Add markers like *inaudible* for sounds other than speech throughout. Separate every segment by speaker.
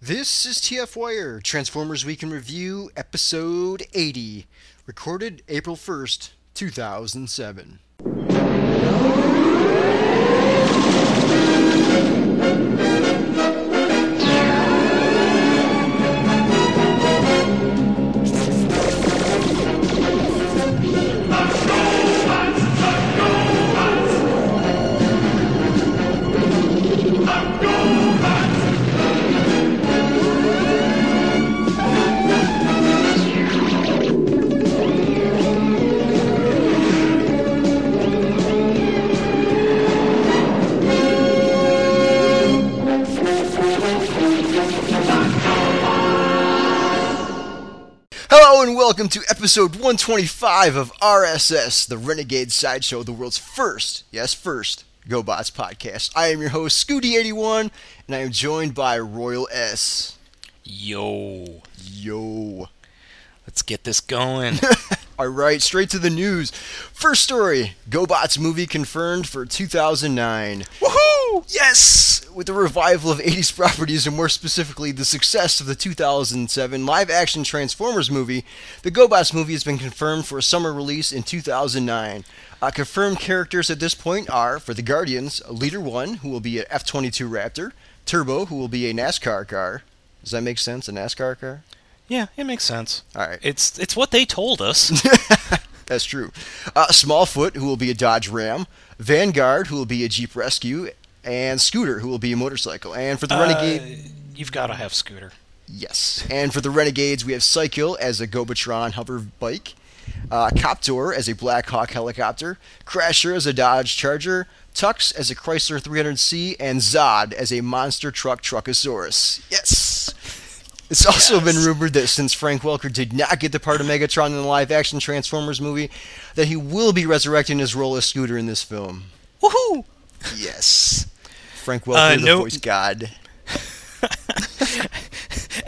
Speaker 1: This is TF Wire, Transformers Week in Review, Episode 80, recorded April 1st, 2007. Hello and welcome to episode 125 of RSS, the Renegade Sideshow, the world's first, yes, first GoBots podcast. I am your host, Scooty81, and I am joined by Royal S.
Speaker 2: Yo,
Speaker 1: Yo.
Speaker 2: let's get this going.
Speaker 1: *laughs* All right, straight to the news. First story GoBots movie confirmed for 2009.
Speaker 2: Woohoo! Yes!
Speaker 1: With the revival of 80s properties, and more specifically, the success of the 2007 live action Transformers movie, the GoBots movie has been confirmed for a summer release in 2009. Uh, confirmed characters at this point are, for the Guardians, Leader One, who will be an F 22 Raptor, Turbo, who will be a NASCAR car. Does that make sense? A NASCAR car?
Speaker 2: Yeah, it makes sense.
Speaker 1: All right.
Speaker 2: It's it's what they told us.
Speaker 1: That's true. Uh, Smallfoot, who will be a Dodge Ram, Vanguard, who will be a Jeep Rescue, and Scooter, who will be a motorcycle. And for the Renegade.
Speaker 2: Uh, you've got to have Scooter. *laughs*
Speaker 1: Yes. And for the Renegades, we have Psykill as a Gobatron hover bike, uh, Coptor as a Black Hawk helicopter, Crasher as a Dodge Charger, Tux as a Chrysler 300C, and Zod as a monster truck Truckosaurus. Yes! It's also
Speaker 2: Yes.
Speaker 1: been rumored that since Frank Welker did not get the part of Megatron in the live action Transformers movie, that he will be resurrecting his role as Scooter in this film.
Speaker 2: Woohoo!
Speaker 1: Yes. Frank Welker, the
Speaker 2: no-
Speaker 1: voice god.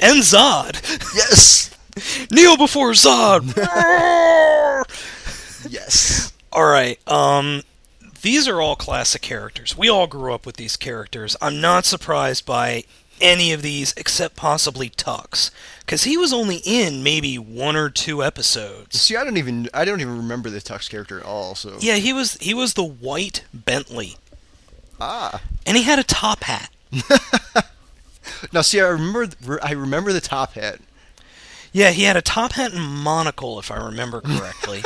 Speaker 2: And Zod! *laughs*
Speaker 1: Yes!
Speaker 2: Kneel before Zod!
Speaker 1: Yes.
Speaker 2: all right, um these are all classic characters. We all grew up with these characters. I'm not surprised by any of these except possibly Tux cuz he was only in maybe one or two episodes.
Speaker 1: See, I don't even I don't even remember the Tux character at all. So
Speaker 2: Yeah, he was he was the white Bentley,
Speaker 1: ah,
Speaker 2: and he had a top hat.
Speaker 1: now see, I remember th- I remember the top hat.
Speaker 2: Yeah, he had a top hat and monocle, if I remember *laughs* correctly.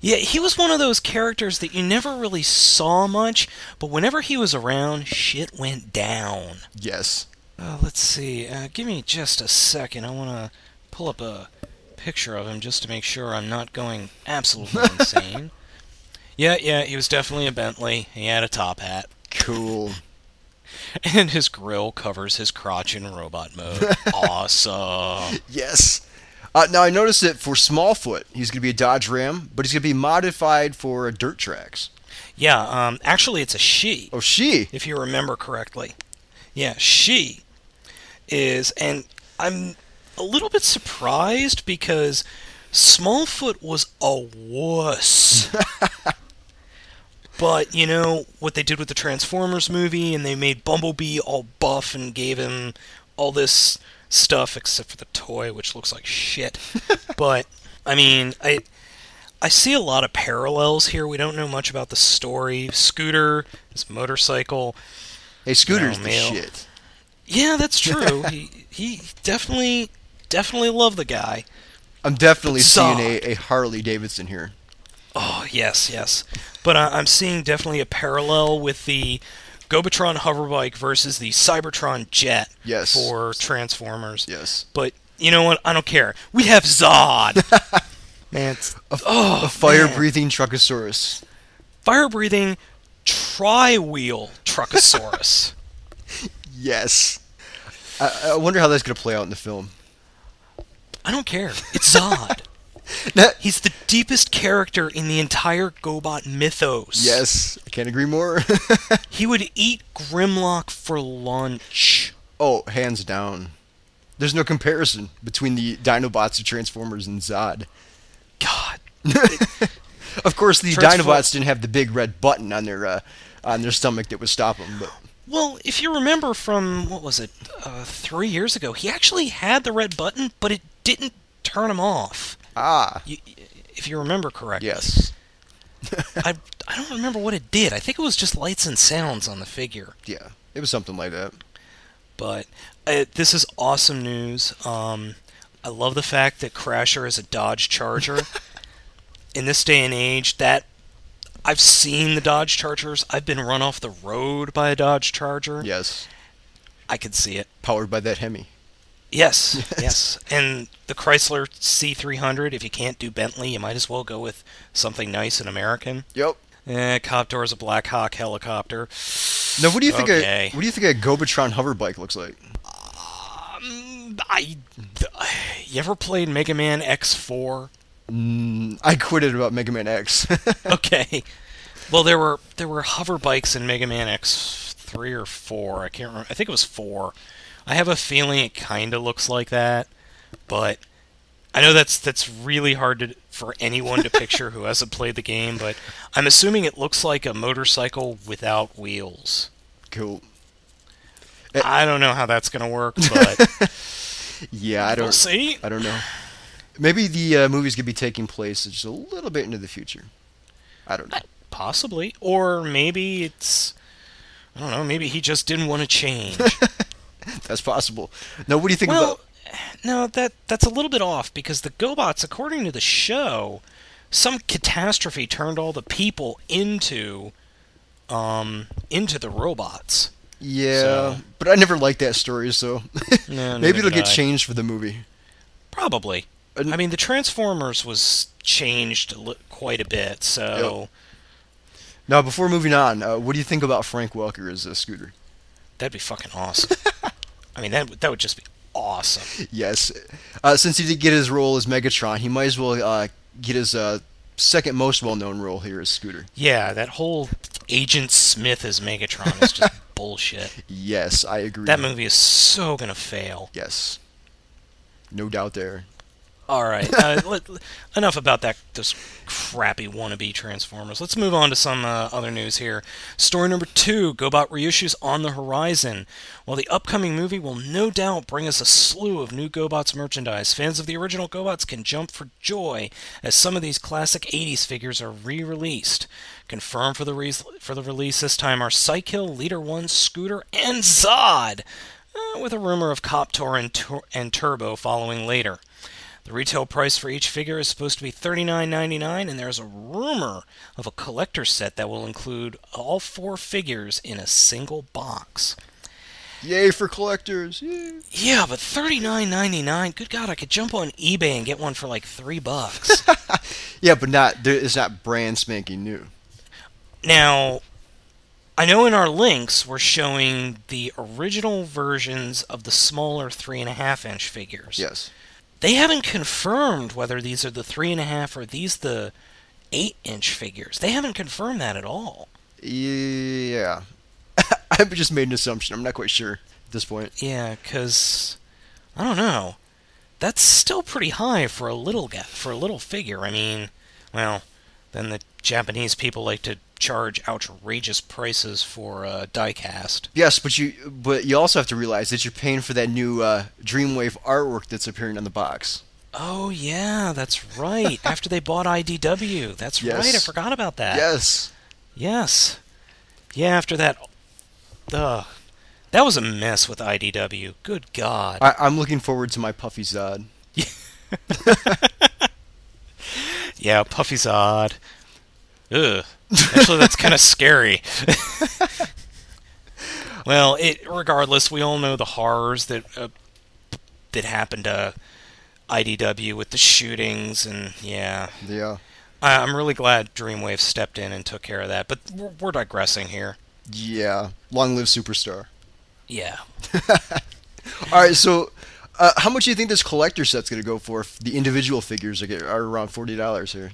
Speaker 2: yeah, he was one of those characters that you never really saw much, but whenever he was around, shit went down.
Speaker 1: Yes,
Speaker 2: Uh, let's see. Uh, give me just a second. I want to pull up a picture of him just to make sure I'm not going *laughs* absolutely insane. Yeah, yeah, he was definitely a Bentley. He had a top hat. *laughs*
Speaker 1: cool.
Speaker 2: And his grill covers his crotch in robot *laughs* mode. awesome.
Speaker 1: yes. Uh, now I noticed that for Smallfoot, he's going to be a Dodge Ram, but he's going to be modified for dirt tracks.
Speaker 2: Yeah, um, actually, it's a she,
Speaker 1: Oh, she.
Speaker 2: if you remember correctly. Yeah, she is, and I'm a little bit surprised because Smallfoot was a wuss. but, you know, what they did with the Transformers movie, and they made Bumblebee all buff and gave him all this stuff except for the toy, which looks like shit. but, I mean, I. I see a lot of parallels here. We don't know much about the story. Scooter, his motorcycle.
Speaker 1: Hey, Scooter's
Speaker 2: No,
Speaker 1: the
Speaker 2: male.
Speaker 1: shit.
Speaker 2: Yeah, that's true. he he definitely definitely loved the guy.
Speaker 1: I'm definitely
Speaker 2: Zod.
Speaker 1: seeing a, a Harley Davidson here.
Speaker 2: Oh yes, yes. But I, I'm seeing definitely a parallel with the Gobatron hoverbike versus the Cybertron jet
Speaker 1: Yes.
Speaker 2: for Transformers.
Speaker 1: Yes,
Speaker 2: But you know what? I don't care. We have Zod. man, it's, oh,
Speaker 1: a fire-breathing
Speaker 2: man.
Speaker 1: Truckosaurus.
Speaker 2: fire breathing tri-wheel Truckosaurus.
Speaker 1: Yes. I, I wonder how that's going to play out in the film.
Speaker 2: I don't care. It's Zod.
Speaker 1: *laughs*
Speaker 2: He's the deepest character in the entire Gobot mythos.
Speaker 1: yes, I can't agree more. *laughs*
Speaker 2: He would eat Grimlock for lunch.
Speaker 1: Oh, hands down. There's no comparison between the Dinobots of Transformers and Zod. *laughs*
Speaker 2: God.
Speaker 1: Of course, the
Speaker 2: Transform-
Speaker 1: Dinobots didn't have the big red button on their uh, on their stomach that would stop them. But
Speaker 2: Well, if you remember from what was it, uh, three years ago, he actually had the red button, but it didn't turn him off.
Speaker 1: Ah,
Speaker 2: You, if you remember correctly.
Speaker 1: yes,
Speaker 2: *laughs* I I don't remember what it did. I think it was just lights and sounds on the figure.
Speaker 1: yeah, it was something like that.
Speaker 2: But uh, this is awesome news. Um, I love the fact that Crasher is a Dodge Charger. In this day and age, that I've seen the Dodge Chargers. I've been run off the road by a Dodge Charger.
Speaker 1: Yes,
Speaker 2: I could see it.
Speaker 1: powered by that Hemi.
Speaker 2: Yes,
Speaker 1: Yes.
Speaker 2: yes, And the Chrysler C300, if you can't do Bentley, you might as well go with something nice and American.
Speaker 1: Yep.
Speaker 2: Eh, Coptor is a Black Hawk helicopter.
Speaker 1: Now, what do you think?
Speaker 2: Okay.
Speaker 1: A, what do you think a Gobatron hover bike looks like?
Speaker 2: Um, I, *sighs* you ever played Mega Man X4?
Speaker 1: Mm, I quit it about Mega Man X. *laughs*
Speaker 2: Okay. Well, there were there were hover bikes in Mega Man X3 or 4. I can't remember. I think it was 4. I have a feeling it kind of looks like that, but I know that's that's really hard to, for anyone to picture who hasn't played the game, but I'm assuming it looks like a motorcycle without wheels.
Speaker 1: cool.
Speaker 2: I don't know how that's going to work, but
Speaker 1: Yeah, I
Speaker 2: we'll
Speaker 1: don't.
Speaker 2: see.
Speaker 1: I don't know. Maybe the uh, movies could be taking place just a little bit into the future. I don't know.
Speaker 2: Possibly. Or maybe it's. I don't know. Maybe he just didn't want to change.
Speaker 1: That's possible. Now, what do you think
Speaker 2: well,
Speaker 1: about?
Speaker 2: no, that that's a little bit off because the GoBots, according to the show, some catastrophe turned all the people into, um, into the robots.
Speaker 1: Yeah,
Speaker 2: so-
Speaker 1: but I never liked that story, so *laughs*
Speaker 2: No,
Speaker 1: maybe it'll
Speaker 2: neither
Speaker 1: get
Speaker 2: did I.
Speaker 1: changed for the movie.
Speaker 2: Probably.
Speaker 1: And-
Speaker 2: I mean, the Transformers was changed a li- quite a bit, so.
Speaker 1: Now, before moving on, uh, what do you think about Frank Welker as a scooter?
Speaker 2: That'd be fucking awesome. *laughs* I mean, that would- that would just be awesome.
Speaker 1: Yes, uh, since he did get his role as Megatron, he might as well uh, get his uh, second most well-known role here as Scooter.
Speaker 2: Yeah, that whole Agent Smith as Megatron is
Speaker 1: *laughs*
Speaker 2: just bullshit.
Speaker 1: Yes, I agree.
Speaker 2: That movie is so gonna fail.
Speaker 1: Yes, no doubt there.
Speaker 2: All right. Uh, let, let- enough about that. Those crappy wannabe Transformers. Let's move on to some uh, other news here. Story number two: GoBot reissues on the horizon. While the upcoming movie will no doubt bring us a slew of new GoBots merchandise, fans of the original GoBots can jump for joy as some of these classic '80s figures are re-released. Confirmed for the re- for the release this time are Psykill, Leader One, Scooter, and Zod. uh, With a rumor of Coptor and, Tur- and Turbo following later. The retail price for each figure is supposed to be $39.99, and there's a rumor of a collector set that will include all four figures in a single box.
Speaker 1: Yay for collectors! Yay.
Speaker 2: Yeah, but $39.99, good God, I could jump on eBay and get one for like three bucks.
Speaker 1: Yeah, but not there, it's not brand spanking new.
Speaker 2: now, I know in our links we're showing the original versions of the smaller three and a half inch figures.
Speaker 1: Yes,
Speaker 2: They haven't confirmed whether these are the three and a half or these the eight inch figures. They haven't confirmed that at all.
Speaker 1: yeah. *laughs* I've just made an assumption. I'm not quite sure at this point.
Speaker 2: Yeah, 'cause I don't know. That's still pretty high for a little guy, for a little figure. I mean, well, then the Japanese people like to charge outrageous prices for uh, diecast.
Speaker 1: Yes, but you but you also have to realize that you're paying for that new uh, Dreamwave artwork that's appearing on the box.
Speaker 2: Oh yeah, that's *laughs* right. After they bought IDW, that's
Speaker 1: Yes.
Speaker 2: right. I forgot about that.
Speaker 1: Yes.
Speaker 2: Yes. Yeah. After that, ugh, that was a mess with IDW. Good God.
Speaker 1: I, I'm looking forward to my Puffy Zod.
Speaker 2: Yeah, Puffy's odd. Ugh. Actually, that's kind of scary. well, it regardless, we all know the horrors that uh, that happened to IDW with the shootings, and yeah,
Speaker 1: Yeah.
Speaker 2: I, I'm really glad Dreamwave stepped in and took care of that. But we're, we're digressing here.
Speaker 1: Yeah. Long live superstar.
Speaker 2: Yeah.
Speaker 1: All right. So, uh, how much do you think this collector set's gonna go for? If the individual figures are, get, are around forty dollars here.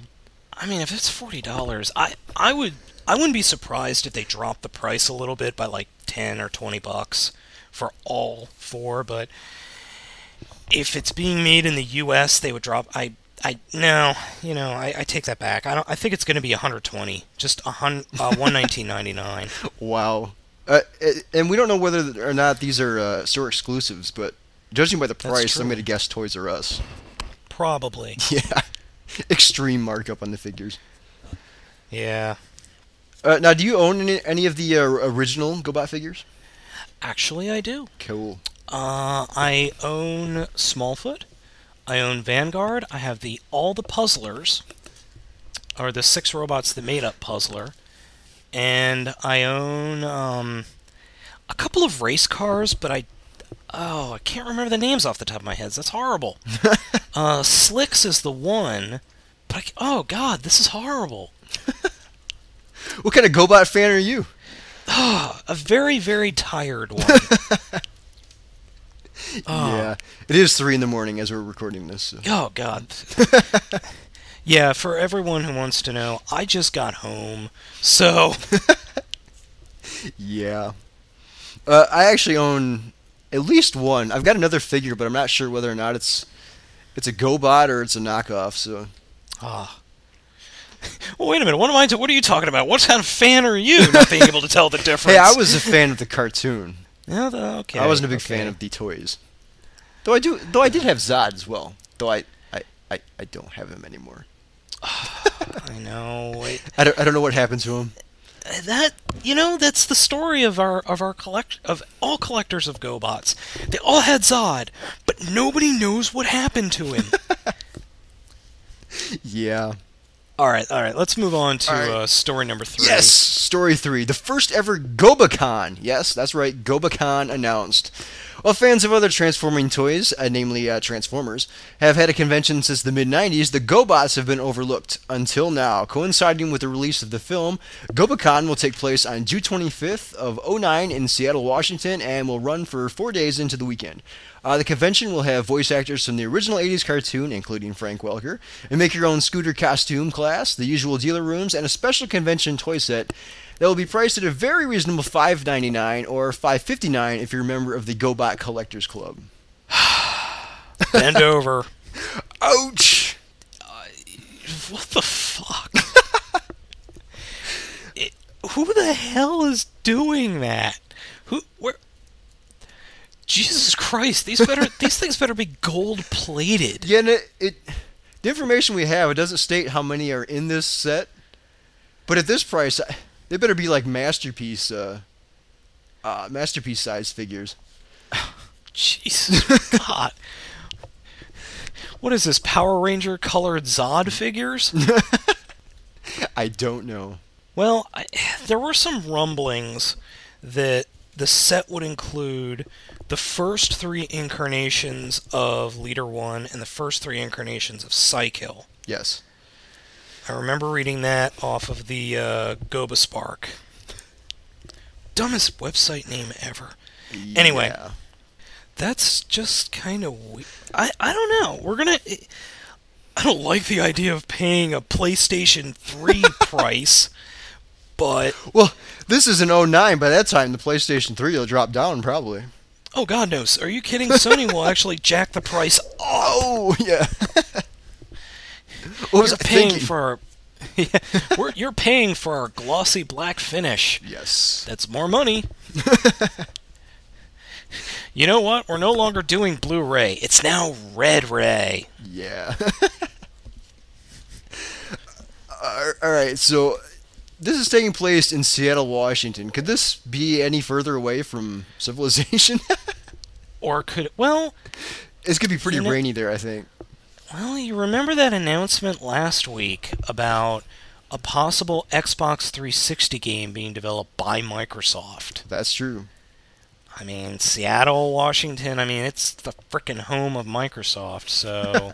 Speaker 2: I mean, if it's forty dollars, I I would I wouldn't be surprised if they dropped the price a little bit by like ten or twenty bucks for all four. But if it's being made in the U.S., they would drop. I I no, you know, I, I take that back. I don't. I think it's going to be one hundred twenty, just a hundred uh, one nineteen ninety nine.
Speaker 1: Wow. Uh, a- and we don't know whether or not these are uh, store exclusives, but judging by the
Speaker 2: That's
Speaker 1: price, I'm
Speaker 2: true.
Speaker 1: going to guess Toys R Us.
Speaker 2: Probably.
Speaker 1: *laughs* Yeah. Extreme markup on the figures.
Speaker 2: Yeah.
Speaker 1: Uh, now, do you own any, any of the uh, original GoBot figures?
Speaker 2: Actually, I do.
Speaker 1: Cool.
Speaker 2: Uh, I own Smallfoot. I own Vanguard. I have the all the puzzlers, or the six robots that made up Puzzler, and I own um, a couple of race cars, but I oh I can't remember the names off the top of my head. That's horrible. uh, Slicks is the one, but I c oh god, this is horrible. *sighs*
Speaker 1: What kind of GoBot fan are you?
Speaker 2: A very very tired one. Ah.
Speaker 1: Yeah. It is 3 in the morning as we're recording this. so-
Speaker 2: Oh
Speaker 1: *laughs*
Speaker 2: God. yeah, for everyone who wants to know, I just got home, so
Speaker 1: Yeah. Uh, I actually own at least one. I've got another figure, but I'm not sure whether or not it's it's a GoBot or it's a knockoff. So
Speaker 2: ah. Well, wait a minute. What am I? T- what are you talking about? What kind of fan are you? Not being able
Speaker 1: *laughs*
Speaker 2: to tell the difference.
Speaker 1: hey, I was a fan of the *laughs* cartoon.
Speaker 2: Yeah, the- okay.
Speaker 1: I wasn't a big
Speaker 2: okay.
Speaker 1: fan of the toys. Though I do, though I did have Zod as well. Though I, I, I, I don't have him anymore.
Speaker 2: I know. It,
Speaker 1: I don't, I don't know what happened to him.
Speaker 2: that you know, that's the story of our of our collect of all collectors of GoBots. They all had Zod, but nobody knows what happened
Speaker 1: *laughs*
Speaker 2: to him.
Speaker 1: Yeah.
Speaker 2: all right, all right. Let's move on to
Speaker 1: All right.
Speaker 2: uh, story number three.
Speaker 1: Yes, story three. The first ever Gobacon. Yes, that's right, Gobacon announced. While fans of other transforming toys, uh, namely uh, Transformers, have had a convention since the mid 90s, the Gobots have been overlooked until now. Coinciding with the release of the film, Gobacon will take place on June 25th of 09 in Seattle, Washington, and will run for four days into the weekend. Uh, the convention will have voice actors from the original 80s cartoon, including Frank Welker, and make your own scooter costume class, the usual dealer rooms, and a special convention toy set that will be priced at a very reasonable $5.99 or $5.59 if you're a member of the GoBot Collectors Club.
Speaker 2: Bend over.
Speaker 1: Ouch!
Speaker 2: What the fuck? *laughs* It- who the hell is doing that? Who? Where? Jesus Christ! These better. these things better be gold plated.
Speaker 1: Yeah, and it, it, the information we have, it doesn't state how many are in this set, but at this price, I- they better be like masterpiece, uh, uh, masterpiece size figures.
Speaker 2: Jesus God. What is this Power Ranger colored Zod figures?
Speaker 1: I don't know.
Speaker 2: Well, I, there were some rumblings that the set would include the first three incarnations of Leader One and the first three incarnations of Psykill.
Speaker 1: Yes.
Speaker 2: I remember reading that off of the uh, Goba Spark. Dumbest website name ever. Anyway.
Speaker 1: Yeah.
Speaker 2: That's just kind of we- I I don't know. We're gonna. I don't like the idea of paying a PlayStation Three price, but
Speaker 1: Well, this is an 09. By that time, the PlayStation 3 will drop down, probably.
Speaker 2: oh God knows. Are you kidding? Sony will actually jack the price.
Speaker 1: Oh, *laughs* yeah. what was
Speaker 2: You're
Speaker 1: I
Speaker 2: paying
Speaker 1: thinking?
Speaker 2: for our. *laughs* we're, you're paying for our glossy black finish.
Speaker 1: Yes.
Speaker 2: That's more money. you know what? We're no longer doing Blu ray. It's now Red Ray.
Speaker 1: Yeah. *laughs* All all right, so this is taking place in Seattle, Washington. Could this be any further away from civilization? *laughs*
Speaker 2: Or could. Well,
Speaker 1: it's going to be pretty
Speaker 2: You know-
Speaker 1: rainy there, I think.
Speaker 2: well, you remember that announcement last week about a possible Xbox 360 game being developed by Microsoft?
Speaker 1: That's true.
Speaker 2: I mean, Seattle, Washington, I mean, it's the frickin' home of
Speaker 1: *laughs*
Speaker 2: Microsoft, so.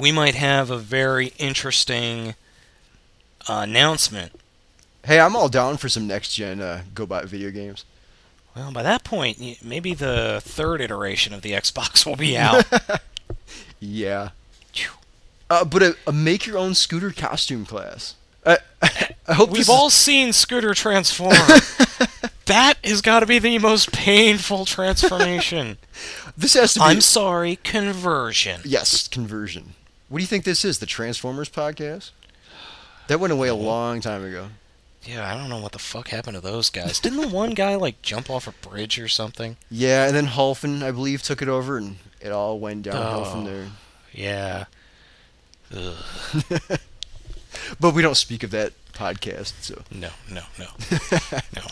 Speaker 2: we might have a very interesting uh, announcement
Speaker 1: Hey, I'm all down for some next gen uh, GoBot video games.
Speaker 2: Well, by that point, y- maybe the third iteration of the Xbox *laughs* will be out.
Speaker 1: *laughs* Yeah.
Speaker 2: Phew.
Speaker 1: Uh, but a, a make your own scooter costume class. I, *laughs* I hope this
Speaker 2: We've
Speaker 1: is- *laughs*
Speaker 2: all seen Scooter transform. that has got to be the most painful transformation.
Speaker 1: this has *laughs* to be
Speaker 2: I'm sorry, conversion.
Speaker 1: yes conversion. What do you think this is? The Transformers podcast? That went away a long time ago.
Speaker 2: Yeah, I don't know what the fuck happened to those guys. Didn't the one guy like jump off a bridge or something?
Speaker 1: Yeah, and then Hulfin, I believe, took it over, and it all went downhill
Speaker 2: Oh.
Speaker 1: from there.
Speaker 2: Yeah. Ugh.
Speaker 1: But we don't speak of that podcast, so.
Speaker 2: No, no,
Speaker 1: *laughs*
Speaker 2: no, no.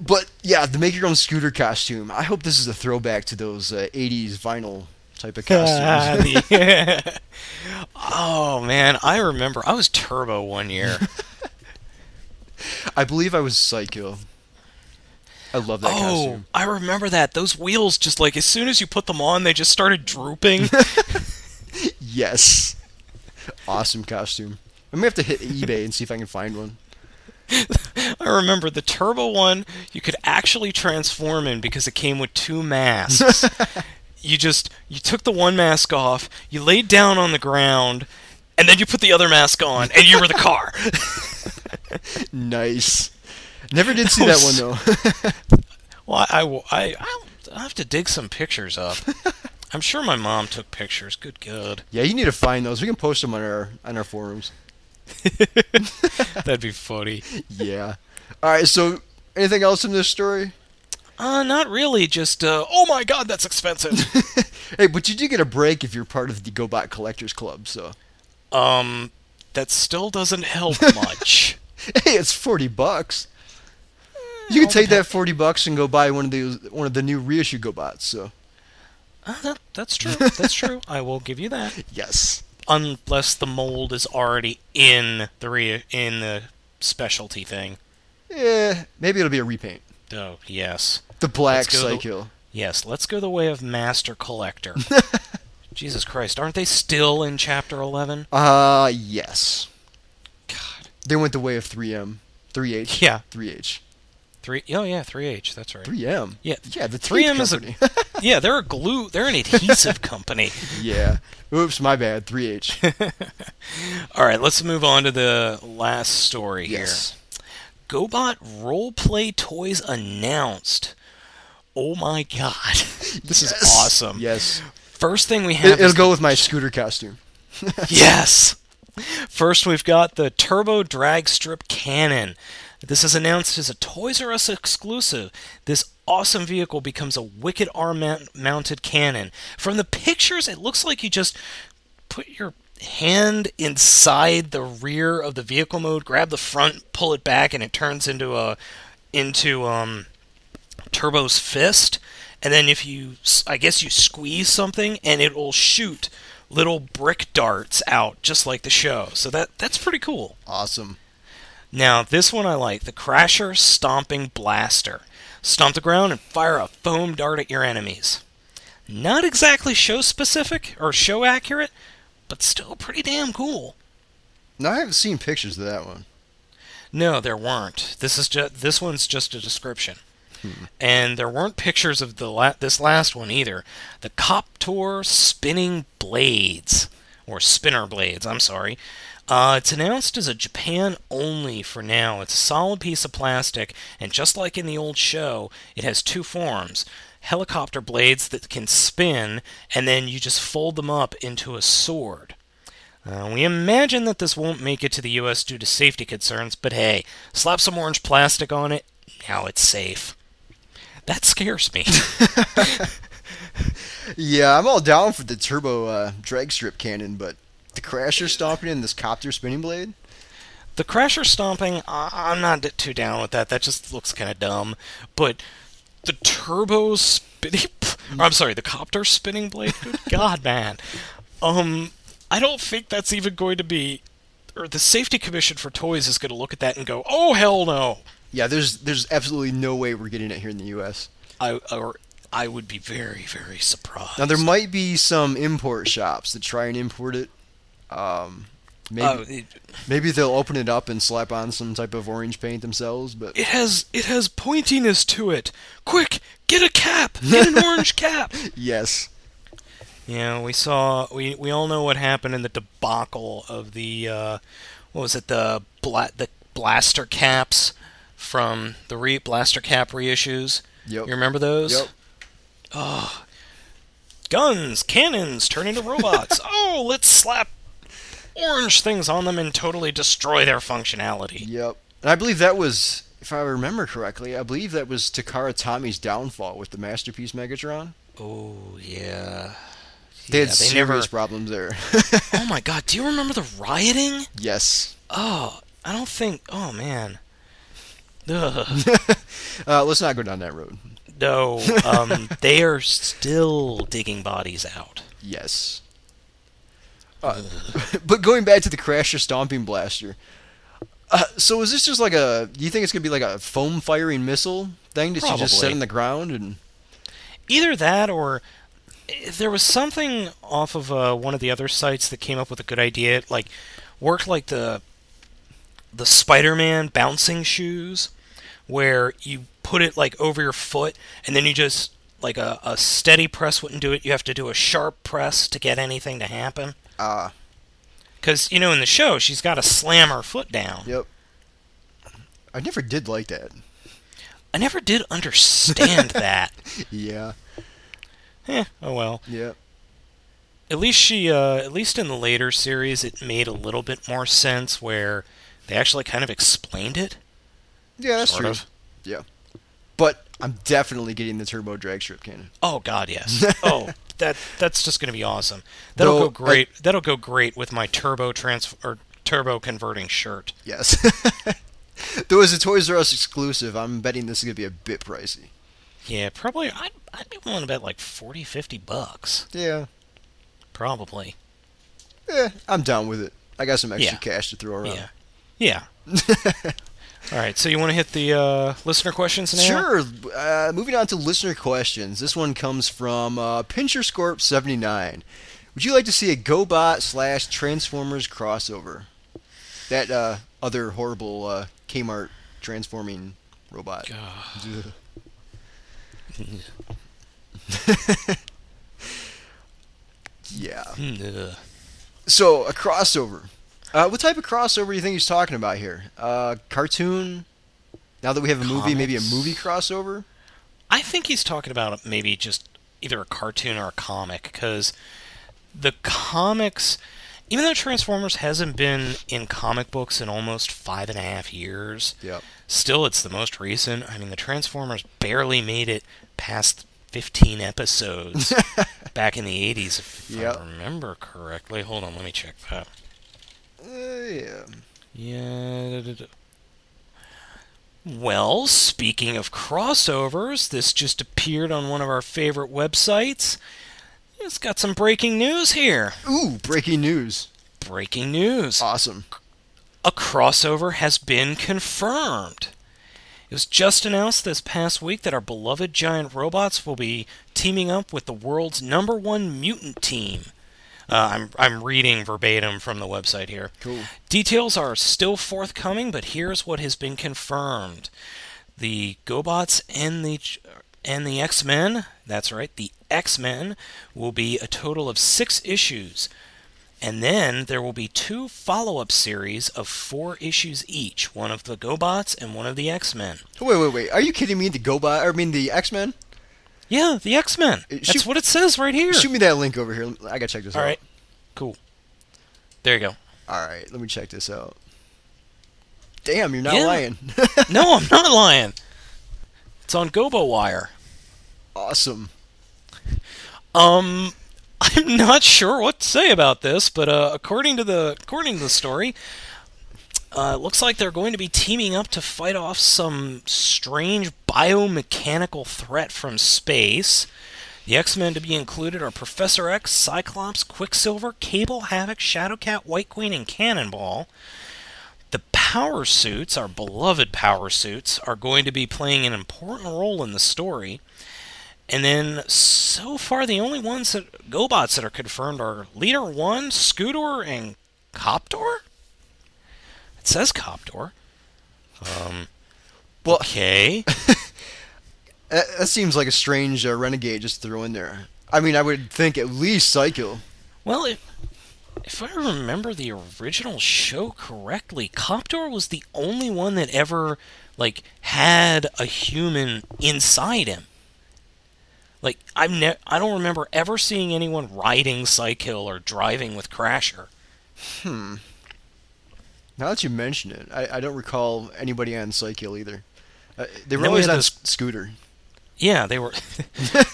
Speaker 1: But yeah, the make your own scooter costume. I hope this is a throwback to those uh, '80s vinyl type of costumes.
Speaker 2: *laughs*
Speaker 1: *laughs*
Speaker 2: God. oh man, I remember. I was Turbo one year.
Speaker 1: I believe I was Psycho. I love *laughs* that
Speaker 2: oh,
Speaker 1: costume.
Speaker 2: I remember that. Those wheels just like as soon as you put them on, they just
Speaker 1: *laughs*
Speaker 2: started drooping.
Speaker 1: Yes, awesome costume. I may have to hit eBay and see if I can find one.
Speaker 2: I remember the Turbo one you could actually transform in because it came with
Speaker 1: *laughs*
Speaker 2: two masks. you just you took the one mask off, you laid down on the ground, and then you put the other mask on, and you were
Speaker 1: *laughs*
Speaker 2: the car.
Speaker 1: Nice. Never did see that
Speaker 2: That
Speaker 1: one
Speaker 2: was-
Speaker 1: though. *laughs*
Speaker 2: well, I, will- I, I'll, I'll have to dig some pictures up. I'm sure my mom took pictures. Good, good.
Speaker 1: yeah, you need to find those. We can post them on our on our forums.
Speaker 2: That'd be funny.
Speaker 1: *laughs* Yeah. All right. So, anything else in this story? *laughs*
Speaker 2: Uh, not really. Just uh, oh my god, that's expensive.
Speaker 1: *laughs* Hey, but you do get a break if you're part of the GoBot Collectors Club. So, *laughs*
Speaker 2: um, that still doesn't help much.
Speaker 1: hey, it's forty bucks. You can
Speaker 2: all
Speaker 1: take that
Speaker 2: depend-
Speaker 1: forty bucks and go buy one of the one of the new reissue GoBots. So,
Speaker 2: Uh, that, that's true. That's true. I will give you that.
Speaker 1: yes.
Speaker 2: Unless the mold is already in the re- in the specialty thing.
Speaker 1: Yeah, Eh, maybe it'll be a repaint.
Speaker 2: Oh yes,
Speaker 1: The black
Speaker 2: Let's go to-
Speaker 1: Psykill.
Speaker 2: yes. Let's go the way of Master Collector. Jesus Christ, aren't they still in Chapter Eleven?
Speaker 1: Ah, uh, yes.
Speaker 2: God.
Speaker 1: They went the way of 3M, 3H,
Speaker 2: *laughs* Yeah.
Speaker 1: 3H,
Speaker 2: Three. Oh yeah, three H. That's right.
Speaker 1: 3M.
Speaker 2: Yeah.
Speaker 1: Yeah, the
Speaker 2: 3M
Speaker 1: 3M
Speaker 2: is a-
Speaker 1: company. *laughs*
Speaker 2: Yeah, they're a glue. They're an adhesive company.
Speaker 1: yeah. Oops, my bad. 3H.
Speaker 2: All right, let's move on to the last story
Speaker 1: yes.
Speaker 2: here. GoBot roleplay toys announced. Oh my god, *laughs* this is
Speaker 1: Yes.
Speaker 2: awesome.
Speaker 1: Yes.
Speaker 2: First thing we
Speaker 1: It,
Speaker 2: have.
Speaker 1: it'll
Speaker 2: is
Speaker 1: go with my scooter costume.
Speaker 2: Yes. First, we've got the Turbo Drag Strip Cannon. This is announced as a Toys R Us exclusive. This awesome vehicle becomes a wicked arm mount- mounted cannon. From the pictures, it looks like you just put your hand inside the rear of the vehicle mode, grab the front, pull it back, and it turns into a into um Turbo's fist, and then if you, I guess you squeeze something, and it'll shoot little brick darts out, just like the show. So that that's pretty cool.
Speaker 1: Awesome.
Speaker 2: Now this one I like: the Crasher Stomping Blaster. Stomp the ground and fire a foam dart at your enemies. Not exactly show specific or show accurate, but still pretty damn cool.
Speaker 1: Now, I haven't seen pictures of that one.
Speaker 2: No, there weren't. This is just this one's just a description, and there weren't pictures of the la- this last one either. The Coptor spinning blades or spinner blades. I'm sorry. Uh, it's announced as a Japan only for now. It's a solid piece of plastic, and just like in the old show, it has two forms: helicopter blades that can spin, and then you just fold them up into a sword. Uh, we imagine that this won't make it to the US due to safety concerns, but hey, slap some orange plastic on it, now it's safe. That scares me.
Speaker 1: Yeah, I'm all down for the turbo uh, drag strip cannon, but the crasher stomping in this copter spinning blade?
Speaker 2: the crasher stomping, I- I'm not d- too down with that. That just looks kind of dumb. But the turbo spinning, *laughs* or I'm sorry, the copter spinning blade. Good God, man. Um, I don't think that's even going to be, or the safety commission for toys is going to look at that and go, "Oh hell no."
Speaker 1: Yeah, there's there's absolutely no way we're getting it here in the U.S.
Speaker 2: I or I would be very very surprised.
Speaker 1: Now there might be some import shops that try and import it. Um, maybe
Speaker 2: Oh, it,
Speaker 1: maybe they'll open it up and slap on some type of orange paint themselves. But
Speaker 2: it has it has pointiness to it. Quick, get a cap. Get an orange cap.
Speaker 1: yes,
Speaker 2: Yeah, we saw we we all know what happened in the debacle of the uh, what was it the bla- the blaster caps from the re- blaster cap reissues.
Speaker 1: Yep.
Speaker 2: You remember those?
Speaker 1: Yep. *laughs*
Speaker 2: Guns, cannons turn into robots. oh, let's slap orange things on them and totally destroy their functionality.
Speaker 1: Yep. And I believe that was, if I remember correctly, I believe that was Takara Tommy's downfall with the Masterpiece Megatron.
Speaker 2: Oh yeah.
Speaker 1: They
Speaker 2: Yeah,
Speaker 1: had serious problems there. *laughs*
Speaker 2: Oh my god, do you remember the rioting?
Speaker 1: yes.
Speaker 2: Oh, I don't think. Oh man. Ugh.
Speaker 1: Uh, let's not go down that road.
Speaker 2: No, um, they are still digging bodies out.
Speaker 1: Yes. Uh, *laughs* but going back to the Crasher Stomping Blaster. Uh, so is this just like a? Do you think it's gonna be like a foam firing missile thing that you just set
Speaker 2: Probably.
Speaker 1: in the ground and?
Speaker 2: Either that, or eh, there was something off of uh, one of the other sites that came up with a good idea. It, like worked like the the Spider-Man bouncing shoes, where you put it like over your foot, and then you just like a, a steady press wouldn't do it. You have to do a sharp press to get anything to happen.
Speaker 1: Ah,
Speaker 2: Because you know, in the show, she's got to slam her foot down.
Speaker 1: yep. I never did like that.
Speaker 2: I never did understand that.
Speaker 1: Yeah,
Speaker 2: Eh, oh well.
Speaker 1: yeah.
Speaker 2: At least she, uh, at least in the later series, it made a little bit more sense where they actually kind of explained it.
Speaker 1: Yeah, that's
Speaker 2: Sort
Speaker 1: true.
Speaker 2: of.
Speaker 1: Yeah. But I'm definitely getting the turbo drag strip cannon.
Speaker 2: Oh God, *laughs* yes. oh, that that's just going to be awesome. That'll
Speaker 1: Though,
Speaker 2: go great. that'll go great with my turbo trans or turbo converting shirt.
Speaker 1: Yes. *laughs* Though as a Toys R Us exclusive, I'm betting this is gonna be a bit pricey.
Speaker 2: Yeah, probably. I'd, I'd be willing to bet like 40, 50 bucks,
Speaker 1: Yeah.
Speaker 2: probably.
Speaker 1: Eh, I'm down with it. I got some extra
Speaker 2: Yeah.
Speaker 1: cash to throw around.
Speaker 2: Yeah, *laughs* yeah. All right, so you want to hit the uh, listener questions now?
Speaker 1: Sure. Uh, moving on to listener questions. This one comes from uh, PincherScorp79. Would you like to see a GoBot slash Transformers crossover? That uh, other horrible uh, Kmart transforming robot.
Speaker 2: God.
Speaker 1: Ugh. *laughs* yeah.
Speaker 2: Hmm, Ugh.
Speaker 1: So a crossover. Uh, what type of crossover do you think he's talking about here? Uh, cartoon. Now that we have a movie, maybe a
Speaker 2: Comics.
Speaker 1: movie crossover.
Speaker 2: I think he's talking about maybe just either a cartoon or a comic because the comics, even though Transformers hasn't been in comic books in almost five and a half years,
Speaker 1: *laughs* Yep.
Speaker 2: still it's the most recent. I mean, the Transformers barely made it past
Speaker 1: *laughs*
Speaker 2: 15 episodes
Speaker 1: Uh,
Speaker 2: back in the 80s, if
Speaker 1: Yep.
Speaker 2: I remember correctly. Hold on, let me check that.
Speaker 1: Uh, yeah.
Speaker 2: Yeah. da, da, da. Well, speaking of crossovers, this just appeared on one of our favorite websites. It's got some breaking news here.
Speaker 1: Ooh, breaking news.
Speaker 2: Breaking news.
Speaker 1: Awesome.
Speaker 2: A crossover has been confirmed. It was just announced this past week that our beloved giant robots will be teaming up with the world's number one mutant team. Uh, I'm, I'm reading verbatim from the website here.
Speaker 1: Cool.
Speaker 2: Details are still forthcoming, but here's what has been confirmed. The GoBots and the and the X-Men, that's right, the X-Men will be a total of 6 issues. And then there will be two follow-up series of 4 issues each, one of the GoBots and one of the X-Men.
Speaker 1: Wait, wait, wait. Are you kidding me? The GoBot. I mean the X Men.
Speaker 2: Yeah, the X-Men.
Speaker 1: Uh, shoot-
Speaker 2: That's what it says right here.
Speaker 1: Shoot me that link over here. I gotta check this
Speaker 2: All
Speaker 1: out.
Speaker 2: right. Cool.
Speaker 1: *laughs*
Speaker 2: There you go.
Speaker 1: All right. Let me check this out. Damn, you're not
Speaker 2: Yeah.
Speaker 1: lying. *laughs*
Speaker 2: no, I'm not lying. It's on GoBoWire.
Speaker 1: awesome.
Speaker 2: Um, *laughs* I'm not sure what to say about this, but uh, according to the according to the story, uh, it looks like they're going to be teaming up to fight off some strange biomechanical threat from space. The X-Men to be included are Professor X, Cyclops, Quicksilver, Cable, Havoc, Shadowcat, White Queen, and Cannonball. The power suits, our beloved power suits, are going to be playing an important role in the story. And then so far, the only ones that GoBots that are confirmed are Leader One, Scooter, and Coptor. It says Coptor. Um.
Speaker 1: Well-
Speaker 2: okay.
Speaker 1: That, that seems like a strange uh, renegade just to throw in there. I mean, I would think at least Psycho.
Speaker 2: well, if if I remember the original show correctly, Coptor was the only one that ever like had a human inside him. Like I've ne- I don't remember ever seeing anyone riding Psykill or driving with Crasher.
Speaker 1: Hmm. Now that you mention it, I, I don't recall anybody on Psychill either. Uh, they were
Speaker 2: And then we
Speaker 1: always
Speaker 2: had
Speaker 1: on
Speaker 2: those-
Speaker 1: S- Scooter.
Speaker 2: Yeah, they were.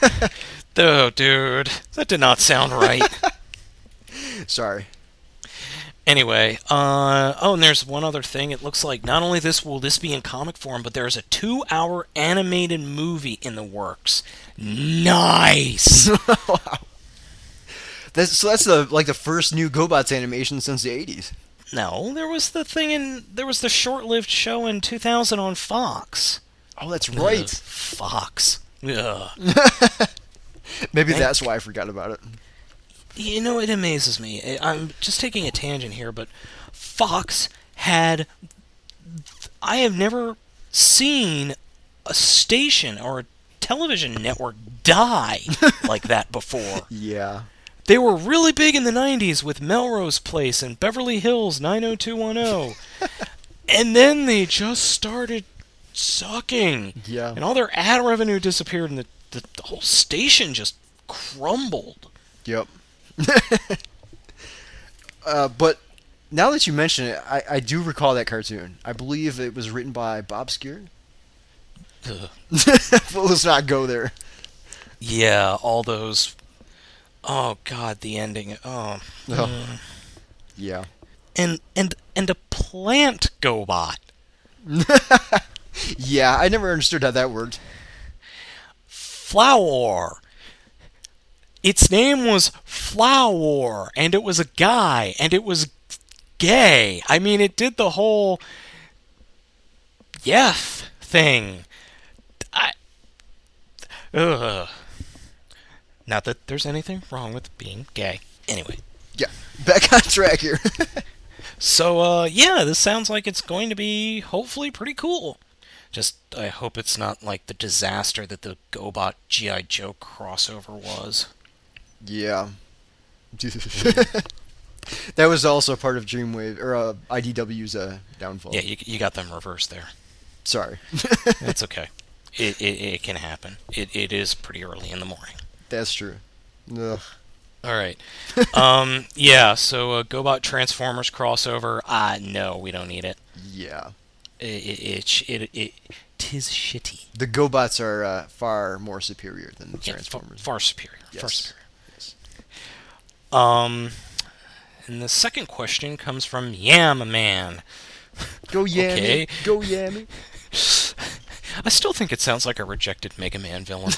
Speaker 2: *laughs* oh, dude, that did not sound right.
Speaker 1: Sorry.
Speaker 2: Anyway, uh, oh, and there's one other thing. It looks like not only this will this be in comic form, but there is a two-hour animated movie in the works. Nice.
Speaker 1: That's, so that's the like the first new GoBots animation since the 80s.
Speaker 2: no, there was the thing in there was the short-lived show in 2000 on Fox.
Speaker 1: Oh, that's
Speaker 2: Ugh,
Speaker 1: right.
Speaker 2: Fox. Ugh.
Speaker 1: *laughs* Maybe
Speaker 2: Thank-
Speaker 1: that's why I forgot about it.
Speaker 2: You know, it amazes me. I- I'm just taking a tangent here, but Fox had. I have never seen a station or a television network die like that before.
Speaker 1: Yeah.
Speaker 2: They were really big in the 90s with Melrose Place and Beverly Hills 90210. and then they just started sucking.
Speaker 1: Yeah.
Speaker 2: And all their ad revenue disappeared, and the, the, the whole station just crumbled.
Speaker 1: Yep. *laughs* uh, but now that you mention it, I, I do recall that cartoon. I believe it was written by Bob Skier.
Speaker 2: Ugh.
Speaker 1: *laughs* but let's not go there.
Speaker 2: Yeah, all those. Oh God, the ending. Oh,
Speaker 1: Oh. Yeah.
Speaker 2: and and and a plant GoBot.
Speaker 1: Yeah, I never understood how that worked.
Speaker 2: Flower. Its name was Flower, and it was a guy, and it was gay. I mean, it did the whole yef thing. I. Ugh. Not that there's anything wrong with being gay. Anyway.
Speaker 1: Yeah. *laughs* Back on track here. *laughs*
Speaker 2: So uh, yeah, this sounds like it's going to be hopefully pretty cool. Just I hope it's not like the disaster that the GoBot GI Joe crossover was.
Speaker 1: yeah. *laughs* that was also part of Dreamwave or uh, IDW's uh, downfall.
Speaker 2: Yeah, you, you got them reversed *laughs* there.
Speaker 1: Sorry.
Speaker 2: That's okay. It, it it can happen. It it is pretty early in the morning.
Speaker 1: That's true. Ugh.
Speaker 2: All right. *laughs* um yeah, so uh, GoBot Transformers crossover. Ah no, we don't need it.
Speaker 1: Yeah.
Speaker 2: It it it sh- it, it tis shitty.
Speaker 1: The GoBots are uh, far more superior than the
Speaker 2: Yeah, far,
Speaker 1: Transformers.
Speaker 2: far superior. Far
Speaker 1: Yes.
Speaker 2: superior.
Speaker 1: Yes.
Speaker 2: Um, and the second question comes from Yam Man. *laughs*
Speaker 1: Go yammy.
Speaker 2: Okay.
Speaker 1: Go yammy.
Speaker 2: I still think it sounds like a rejected Mega Man villain.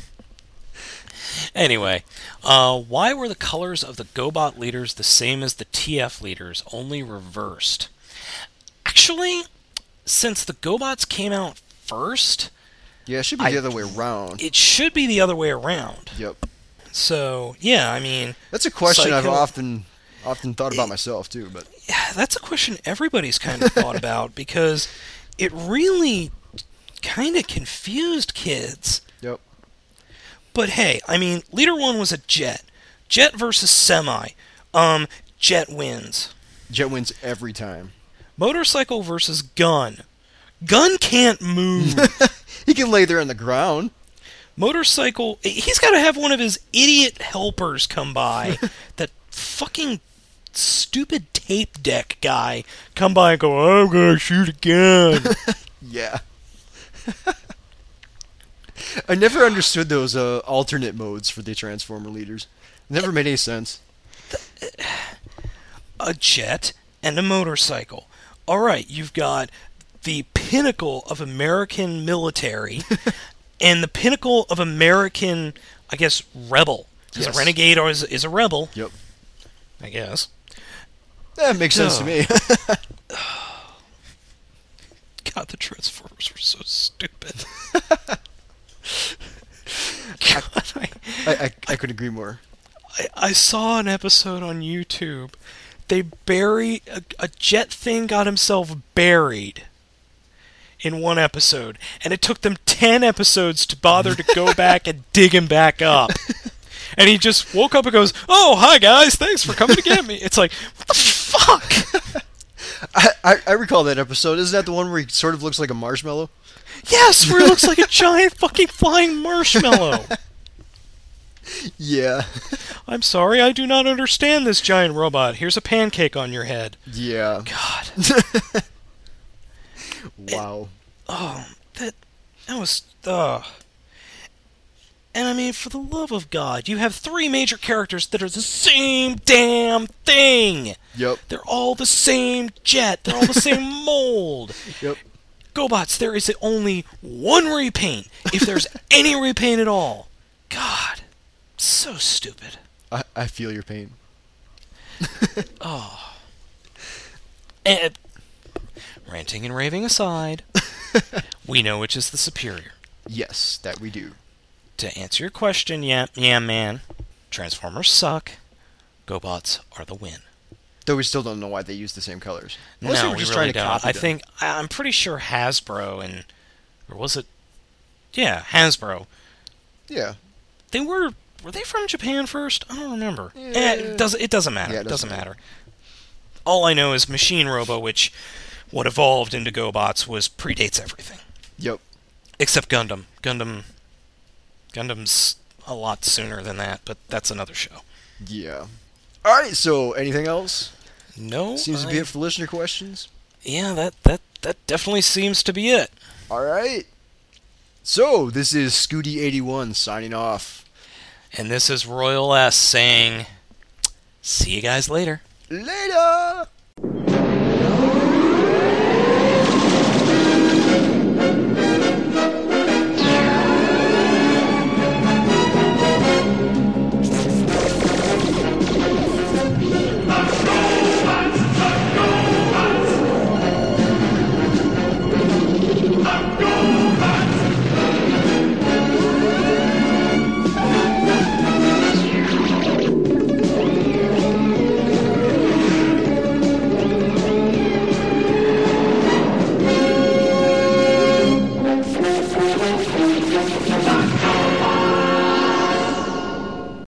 Speaker 2: *laughs* anyway, uh, why were the colors of the GoBot leaders the same as the TF leaders, only reversed? Actually, since the GoBots came out first,
Speaker 1: Yeah, it should be
Speaker 2: I-
Speaker 1: the other way around.
Speaker 2: it should be the other way around.
Speaker 1: Yep.
Speaker 2: So, yeah, I mean,
Speaker 1: That's a question I've
Speaker 2: Psycho-
Speaker 1: often often thought about myself too, but
Speaker 2: that's a question everybody's kind of thought about because it really kind of confused kids.
Speaker 1: yep.
Speaker 2: But hey, I mean, leader one was a jet. Jet versus semi. Um, jet wins.
Speaker 1: Jet wins every time. *laughs*
Speaker 2: Motorcycle versus gun. Gun can't move.
Speaker 1: *laughs* He can lay there on the ground.
Speaker 2: Motorcycle. He's got to have one of his idiot helpers come by. that fucking stupid tape deck guy come by and go, I'm gonna shoot a gun.
Speaker 1: Yeah. *laughs* I never understood those uh, alternate modes for the Transformer leaders. Never made any sense.
Speaker 2: a jet and a motorcycle. All right, you've got the pinnacle of American military and the pinnacle of American, I guess, rebel. Because
Speaker 1: Yes.
Speaker 2: a renegade or is, is a rebel,
Speaker 1: Yep.
Speaker 2: I guess.
Speaker 1: That makes sense to me. *laughs*
Speaker 2: God, the Transformers were so stupid. *laughs* God, I,
Speaker 1: I, I, I could agree more.
Speaker 2: I, I saw an episode on YouTube. They bury a, a jet thing got himself buried in one episode, and it took them ten episodes to bother to go back and dig him back up. And he just woke up and goes, "Oh, hi guys, thanks for coming to get me." It's like, what the fuck?
Speaker 1: I, I, I recall that episode. Isn't that the one where he sort of looks like a marshmallow?
Speaker 2: Yes, where he looks like a giant fucking flying marshmallow.
Speaker 1: Yeah.
Speaker 2: I'm sorry, I do not understand this giant robot. Here's a pancake on your head. *laughs*
Speaker 1: Yeah.
Speaker 2: God.
Speaker 1: Wow.
Speaker 2: Oh, that that was uh And I mean, for the love of God, you have three major characters that are the same damn thing.
Speaker 1: Yep.
Speaker 2: They're all the same jet. They're all the same mold.
Speaker 1: Yep.
Speaker 2: GoBots, there is only one repaint, if there's any repaint at all. God, so stupid.
Speaker 1: I, I feel your pain.
Speaker 2: And, Eh, ranting and raving aside, we know which is the superior.
Speaker 1: Yes, that we do.
Speaker 2: To answer your question, yeah, yeah, man, Transformers suck. GoBots are the win.
Speaker 1: Though we still don't know why they use the same colors. Unless
Speaker 2: no,
Speaker 1: they were just
Speaker 2: we
Speaker 1: trying
Speaker 2: really
Speaker 1: to
Speaker 2: don't.
Speaker 1: copy
Speaker 2: I
Speaker 1: them.
Speaker 2: think I- I'm pretty sure Hasbro and or was it? Yeah, Hasbro.
Speaker 1: Yeah.
Speaker 2: They were were they from Japan first? I don't remember. Eh,
Speaker 1: Yeah.
Speaker 2: it doesn't it doesn't matter.
Speaker 1: Yeah, it
Speaker 2: it
Speaker 1: doesn't
Speaker 2: doesn't matter. All I know is Machine Robo, which what evolved into GoBots was predates everything.
Speaker 1: Yep.
Speaker 2: except Gundam. Gundam. Gundam's a lot sooner than that, but that's another show.
Speaker 1: Yeah. All right. So, anything else?
Speaker 2: No,
Speaker 1: Seems to
Speaker 2: I-
Speaker 1: be it for listener questions.
Speaker 2: Yeah, that that that definitely seems to be it.
Speaker 1: All right. So this is Scooty eighty one signing off.
Speaker 2: And this is Royal S saying, "See you guys later."
Speaker 1: Later.